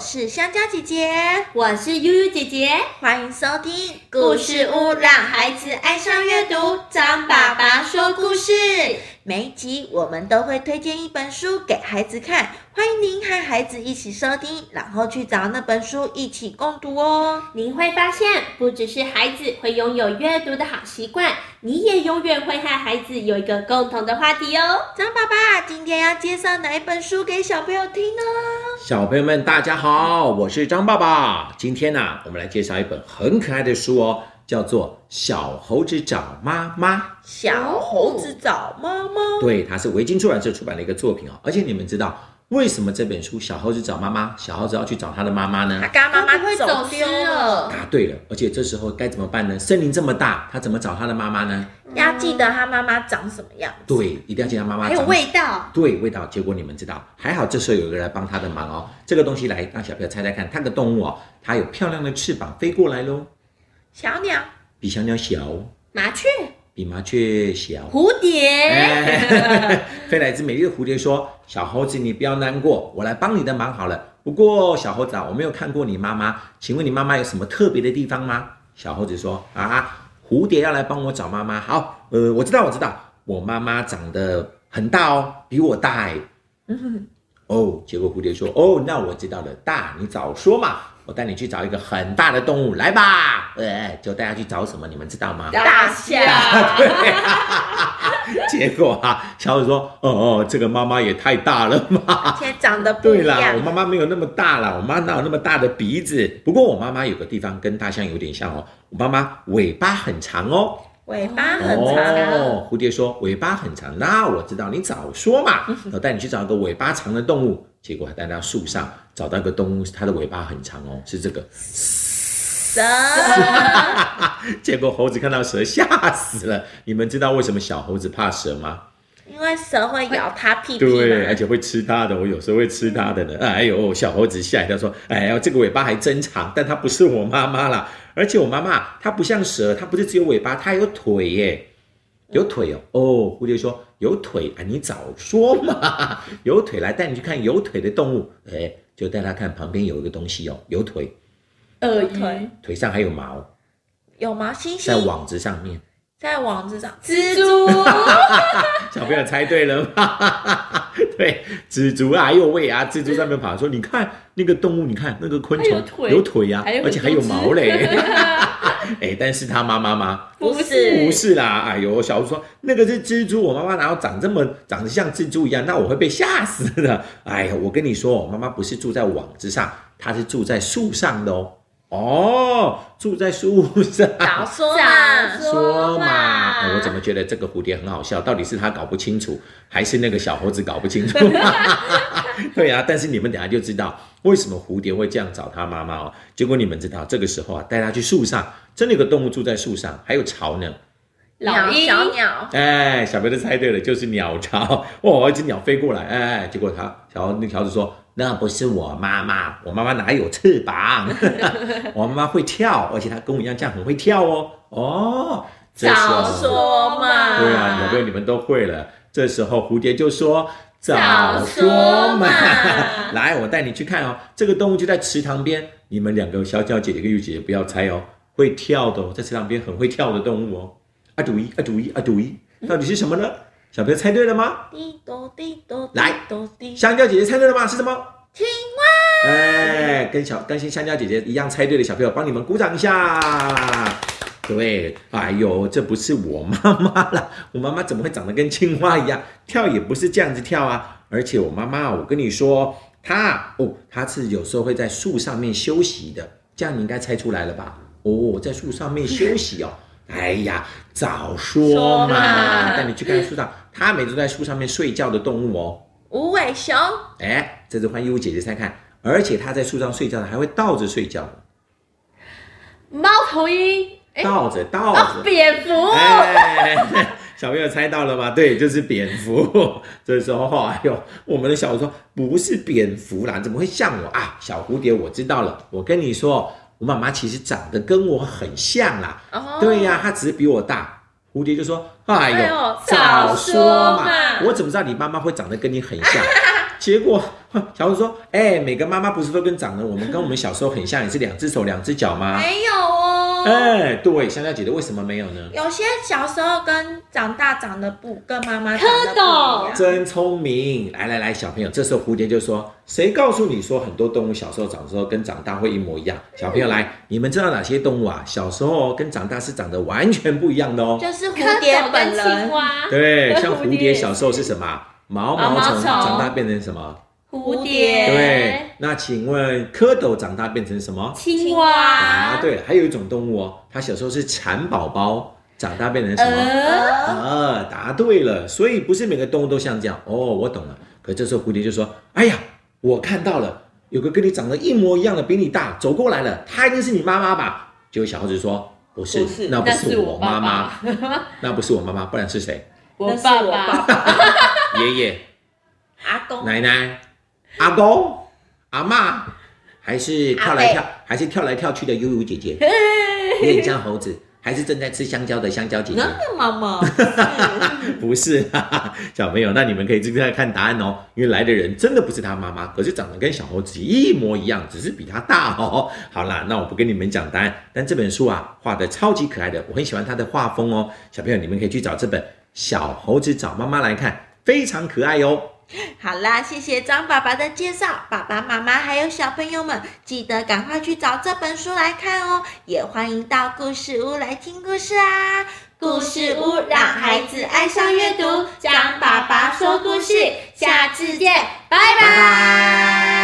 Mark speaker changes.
Speaker 1: 是香蕉姐姐，
Speaker 2: 我是悠悠姐姐，
Speaker 1: 欢迎收听
Speaker 2: 故事屋让孩子爱上阅读，张爸爸说故事。
Speaker 1: 每一集我们都会推荐一本书给孩子看，欢迎您和孩子一起收听，然后去找那本书一起共读哦。
Speaker 2: 你会发现，不只是孩子会拥有阅读的好习惯，你也永远会和孩子有一个共同的话题哦。
Speaker 1: 张爸爸今天要介绍哪一本书给小朋友听呢？
Speaker 3: 小朋友们，大家好，我是张爸爸。今天呢、我们来介绍一本很可爱的书哦，叫做《小猴子找妈妈》。
Speaker 1: 小猴子找猫猫。
Speaker 3: 对，它是维京出版社出版的一个作品哦。而且你们知道为什么这本书《小猴子找妈妈》，小猴子要去找他的妈妈呢
Speaker 1: 他？刚妈
Speaker 2: 会
Speaker 1: 妈
Speaker 2: 不会
Speaker 1: 走
Speaker 2: 走
Speaker 1: 丢了，
Speaker 2: 失了
Speaker 3: 答对了。而且这时候该怎么办呢？森林这么大，他怎么找他的妈妈呢？
Speaker 1: 要记得他妈妈长什么样子。
Speaker 3: 对，一定要记得妈嗯妈
Speaker 2: 还有
Speaker 3: 长
Speaker 2: 味道，
Speaker 3: 对味道，结果你们知道，还好这时候有一个人来帮他的忙哦。这个东西来让小朋友猜猜看，它的动物哦，它有漂亮的翅膀飞过来喽，
Speaker 1: 小鸟，
Speaker 3: 比小鸟小，
Speaker 2: 麻雀、
Speaker 3: 比麻雀小。
Speaker 2: 蝴蝶，
Speaker 3: 哎， 飞来一只美丽的蝴蝶说：“小猴子，你不要难过，我来帮你的忙好了。不过，小猴子啊，我没有看过你妈妈，请问你妈妈有什么特别的地方吗？”小猴子说：“啊，蝴蝶要来帮我找妈妈。好，呃，我知道，我知道，我妈妈长得很大哦，比我大哎。”哦，结果蝴蝶说：“哦，那我知道了，大，你早说嘛，我带你去找一个很大的动物来吧。”哎，就带他去找什么，你们知道吗？
Speaker 2: 大象。
Speaker 3: 结果啊，小虎说：“哦哦，这个妈妈也太大了 嘛。
Speaker 1: 而且长得”不
Speaker 3: 对
Speaker 1: 一
Speaker 3: 啦，
Speaker 1: 样
Speaker 3: 我。妈妈没有那么大啦，我妈哪有那么大的鼻子？不过我妈妈有个地方跟大象有点像哦，我妈妈尾巴很长哦。
Speaker 1: 尾巴很长、啊
Speaker 3: 哦，蝴蝶说尾巴很长，那我知道，你早说嘛。
Speaker 1: 嗯
Speaker 3: 我带你去找一个尾巴长的动物，结果还带到树上找到一个动物，它的尾巴很长哦，是这个。
Speaker 1: 蛇。
Speaker 3: 结果猴子看到蛇吓死了。你们知道为什么小猴子怕蛇吗？
Speaker 1: 因为蛇会咬它屁屁
Speaker 3: 对，而
Speaker 1: 嘛。
Speaker 3: 且会吃它的，我有时候会吃它的呢。哎呦，小猴子吓一跳说：“哎呦，这个尾巴还真长，但它不是我妈妈啦。而且我妈妈她不像蛇，它不是只有尾巴，它还有腿耶，有腿哦。”哦，蝴蝶说：“有腿啊，你早说嘛， 有腿来带你去看有腿的动物。”哎，就带它看旁边有一个东西哦，有腿，
Speaker 2: 鳄
Speaker 1: 腿
Speaker 2: 鱼、
Speaker 3: 腿上还有毛，
Speaker 1: 有毛猩
Speaker 3: 在
Speaker 1: 猩
Speaker 3: 网子上面。
Speaker 1: 在网子上，
Speaker 2: 蜘蛛，
Speaker 3: 小朋友猜对了吗？ 对，蜘蛛啊，哎呦喂啊，蜘蛛上面爬，说你看那个动物，你看那个昆虫
Speaker 2: 还有腿
Speaker 3: 呀、
Speaker 2: 还有
Speaker 3: 而且还有
Speaker 2: 很多
Speaker 3: 毛嘞。 哎，但是它妈妈吗？
Speaker 1: 不
Speaker 2: 不
Speaker 1: 是
Speaker 2: 是
Speaker 3: 不是啦，哎呦，小猪说那个是蜘蛛，我妈妈哪有长这么长得像蜘蛛一样？那我会被吓死的。哎呀，我跟你说，我妈妈不是住在网之上，她是住在树上的哦。哦，住在树上。
Speaker 1: 早说
Speaker 2: 早
Speaker 1: 嘛，
Speaker 3: 说
Speaker 2: 说
Speaker 3: 嘛、哎
Speaker 2: 嘛
Speaker 3: 我怎么觉得这个蝴蝶很好笑？到底是他搞不清楚，还是那个小猴子搞不清楚？对啊，但是你们等下就知道为什么蝴蝶会这样找他妈妈哦。结果你们知道，这个时候啊，带他去树上，真的有个动物住在树上，还有巢呢。
Speaker 2: 老鹰，
Speaker 1: 小鸟，
Speaker 3: 哎，小朋友都猜对了，就是鸟巢。 哦，一只鸟飞过来，哎，结果他小那条子说：“那不是我妈妈，我妈妈哪有翅膀？我妈妈会跳，而且她跟我一样这样很会跳哦。”哦，这时候
Speaker 2: 早
Speaker 1: 说嘛，
Speaker 3: 对啊，小朋友你们都会了。这时候蝴蝶就说：“早
Speaker 2: 说
Speaker 3: 嘛
Speaker 2: 嘛！”
Speaker 3: 来，我带你去看哦。这个动物就在池塘边，你们两个小小姐姐跟玉姐姐不要猜哦，会跳的哦，在池塘边很会跳的动物哦。啊嘟一啊嘟一啊嘟一，到底是什么呢？小朋友猜对了吗？
Speaker 1: 滴咚滴咚，
Speaker 3: 来
Speaker 1: 滴咚滴，
Speaker 3: 香蕉姐姐猜对了吗？是什么？
Speaker 1: 青
Speaker 3: 哎，跟小跟新香蕉姐姐一样猜对的小朋友，帮你们鼓掌一下。对，哎呦，这不是我妈妈啦，我妈妈怎么会长得跟青蛙一样？跳也不是这样子跳啊！而且我妈妈，我跟你说，她哦，她是有时候会在树上面休息的，这样你应该猜出来了吧？哦，在树上面休息哦。哎呀，早说
Speaker 2: 说
Speaker 3: 嘛！
Speaker 2: 嘛
Speaker 3: 带你去看树上，她每次都在树上面睡觉的动物哦。
Speaker 1: 无尾熊，
Speaker 3: 哎，这次换优姐姐猜看，而且她在树上睡觉呢，还会倒着睡觉，
Speaker 2: 猫头鹰，哎，
Speaker 3: 倒着倒
Speaker 2: 哦，
Speaker 3: 着。
Speaker 2: 蝙蝠，
Speaker 3: 哎， 小朋友猜到了吗？对，就是蝙蝠。 这时候，哎呦，我们的小说不是蝙蝠啦，怎么会像我啊？小蝴蝶，我知道了。我跟你说，我妈妈其实长得跟我很像啦。
Speaker 1: 哦，
Speaker 3: 对呀、她只是比我大。蝴蝶就说：“哎呦，
Speaker 1: 哎呦
Speaker 3: 早
Speaker 2: 早说
Speaker 3: 说嘛
Speaker 2: 嘛！
Speaker 3: 我怎么知道你妈妈会长得跟你很像？结果小猴子说：“哎，每个妈妈不是都跟长得我们跟我们小时候很像，也是两只手两只脚吗？”
Speaker 1: 没有哦。
Speaker 3: 哎，对，香蕉姐姐为什么没有 呢？
Speaker 1: 有些小时候跟长大长得不跟妈妈长得
Speaker 2: 蝌
Speaker 1: 不一
Speaker 2: 蚪
Speaker 1: 样，
Speaker 3: 真聪明！来来来，小朋友，这时候蝴蝶就说：“谁告诉你说很多动物小时候长时候跟长大会一模一样？”小朋友来，你们知道哪些动物啊？小时候跟长大是长得完全不一样的 哦。
Speaker 1: 就是蝴
Speaker 2: 蝌
Speaker 1: 蝶
Speaker 2: 蚪
Speaker 1: 本
Speaker 2: 跟
Speaker 1: 人
Speaker 2: 青。蛙，
Speaker 3: 对，像
Speaker 2: 蝴
Speaker 3: 蝴
Speaker 2: 蝶
Speaker 3: 蝶小时候是什么啊？毛
Speaker 2: 毛
Speaker 3: 毛虫
Speaker 2: 虫
Speaker 3: 哎长大变成什么？
Speaker 2: 蝴
Speaker 1: 对
Speaker 2: 蝶，
Speaker 3: 对，那请问蝌蚪长大变成什么？
Speaker 2: 青
Speaker 3: 啊，
Speaker 2: 蛙，
Speaker 3: 对了，还有一种动物哦，它小时候是蚕宝宝，长大变成什么？
Speaker 2: 鹅，
Speaker 1: 呃
Speaker 3: 啊，答对了，所以不是每个动物都像这样哦，我懂了。可这时候蝴蝶就说：“哎呀，我看到了，有个跟你长得一模一样的比你大走过来了，她一定是你妈妈吧？”结果小猴子说：“不是，
Speaker 4: 不是
Speaker 3: 那不
Speaker 2: 那
Speaker 3: 是
Speaker 2: 是
Speaker 3: 我
Speaker 2: 我爸
Speaker 3: 妈妈，
Speaker 2: 爸，
Speaker 3: 那不是我妈妈，不然是谁？
Speaker 4: 我
Speaker 1: 那是
Speaker 4: 爸
Speaker 1: 我爸
Speaker 4: 爸，
Speaker 3: 爷爷、
Speaker 1: 阿公
Speaker 3: 奶奶、阿公、阿妈，还是跳来跳，还是跳来跳去的悠悠姐姐，有点像猴子，还是正在吃香蕉的香蕉姐姐。”
Speaker 1: 嗯
Speaker 4: 那个妈妈，
Speaker 3: 不是，哈哈，小朋友，那你们可以自己来看答案哦。因为来的人真的不是他妈妈，可是长得跟小猴子一模一样，只是比他大哦。好啦，那我不跟你们讲答案，但这本书啊，画的超级可爱的，我很喜欢它的画风哦。小朋友，你们可以去找这本《小猴子找妈妈》来看，非常可爱哦。
Speaker 1: 好啦，谢谢张爸爸的介绍，爸爸妈妈还有小朋友们，记得赶快去找这本书来看哦，也欢迎到故事屋来听故事啊。
Speaker 2: 故事屋让孩子爱上阅读，张爸爸说故事，下次见，拜
Speaker 1: 拜
Speaker 2: 拜。
Speaker 1: 拜。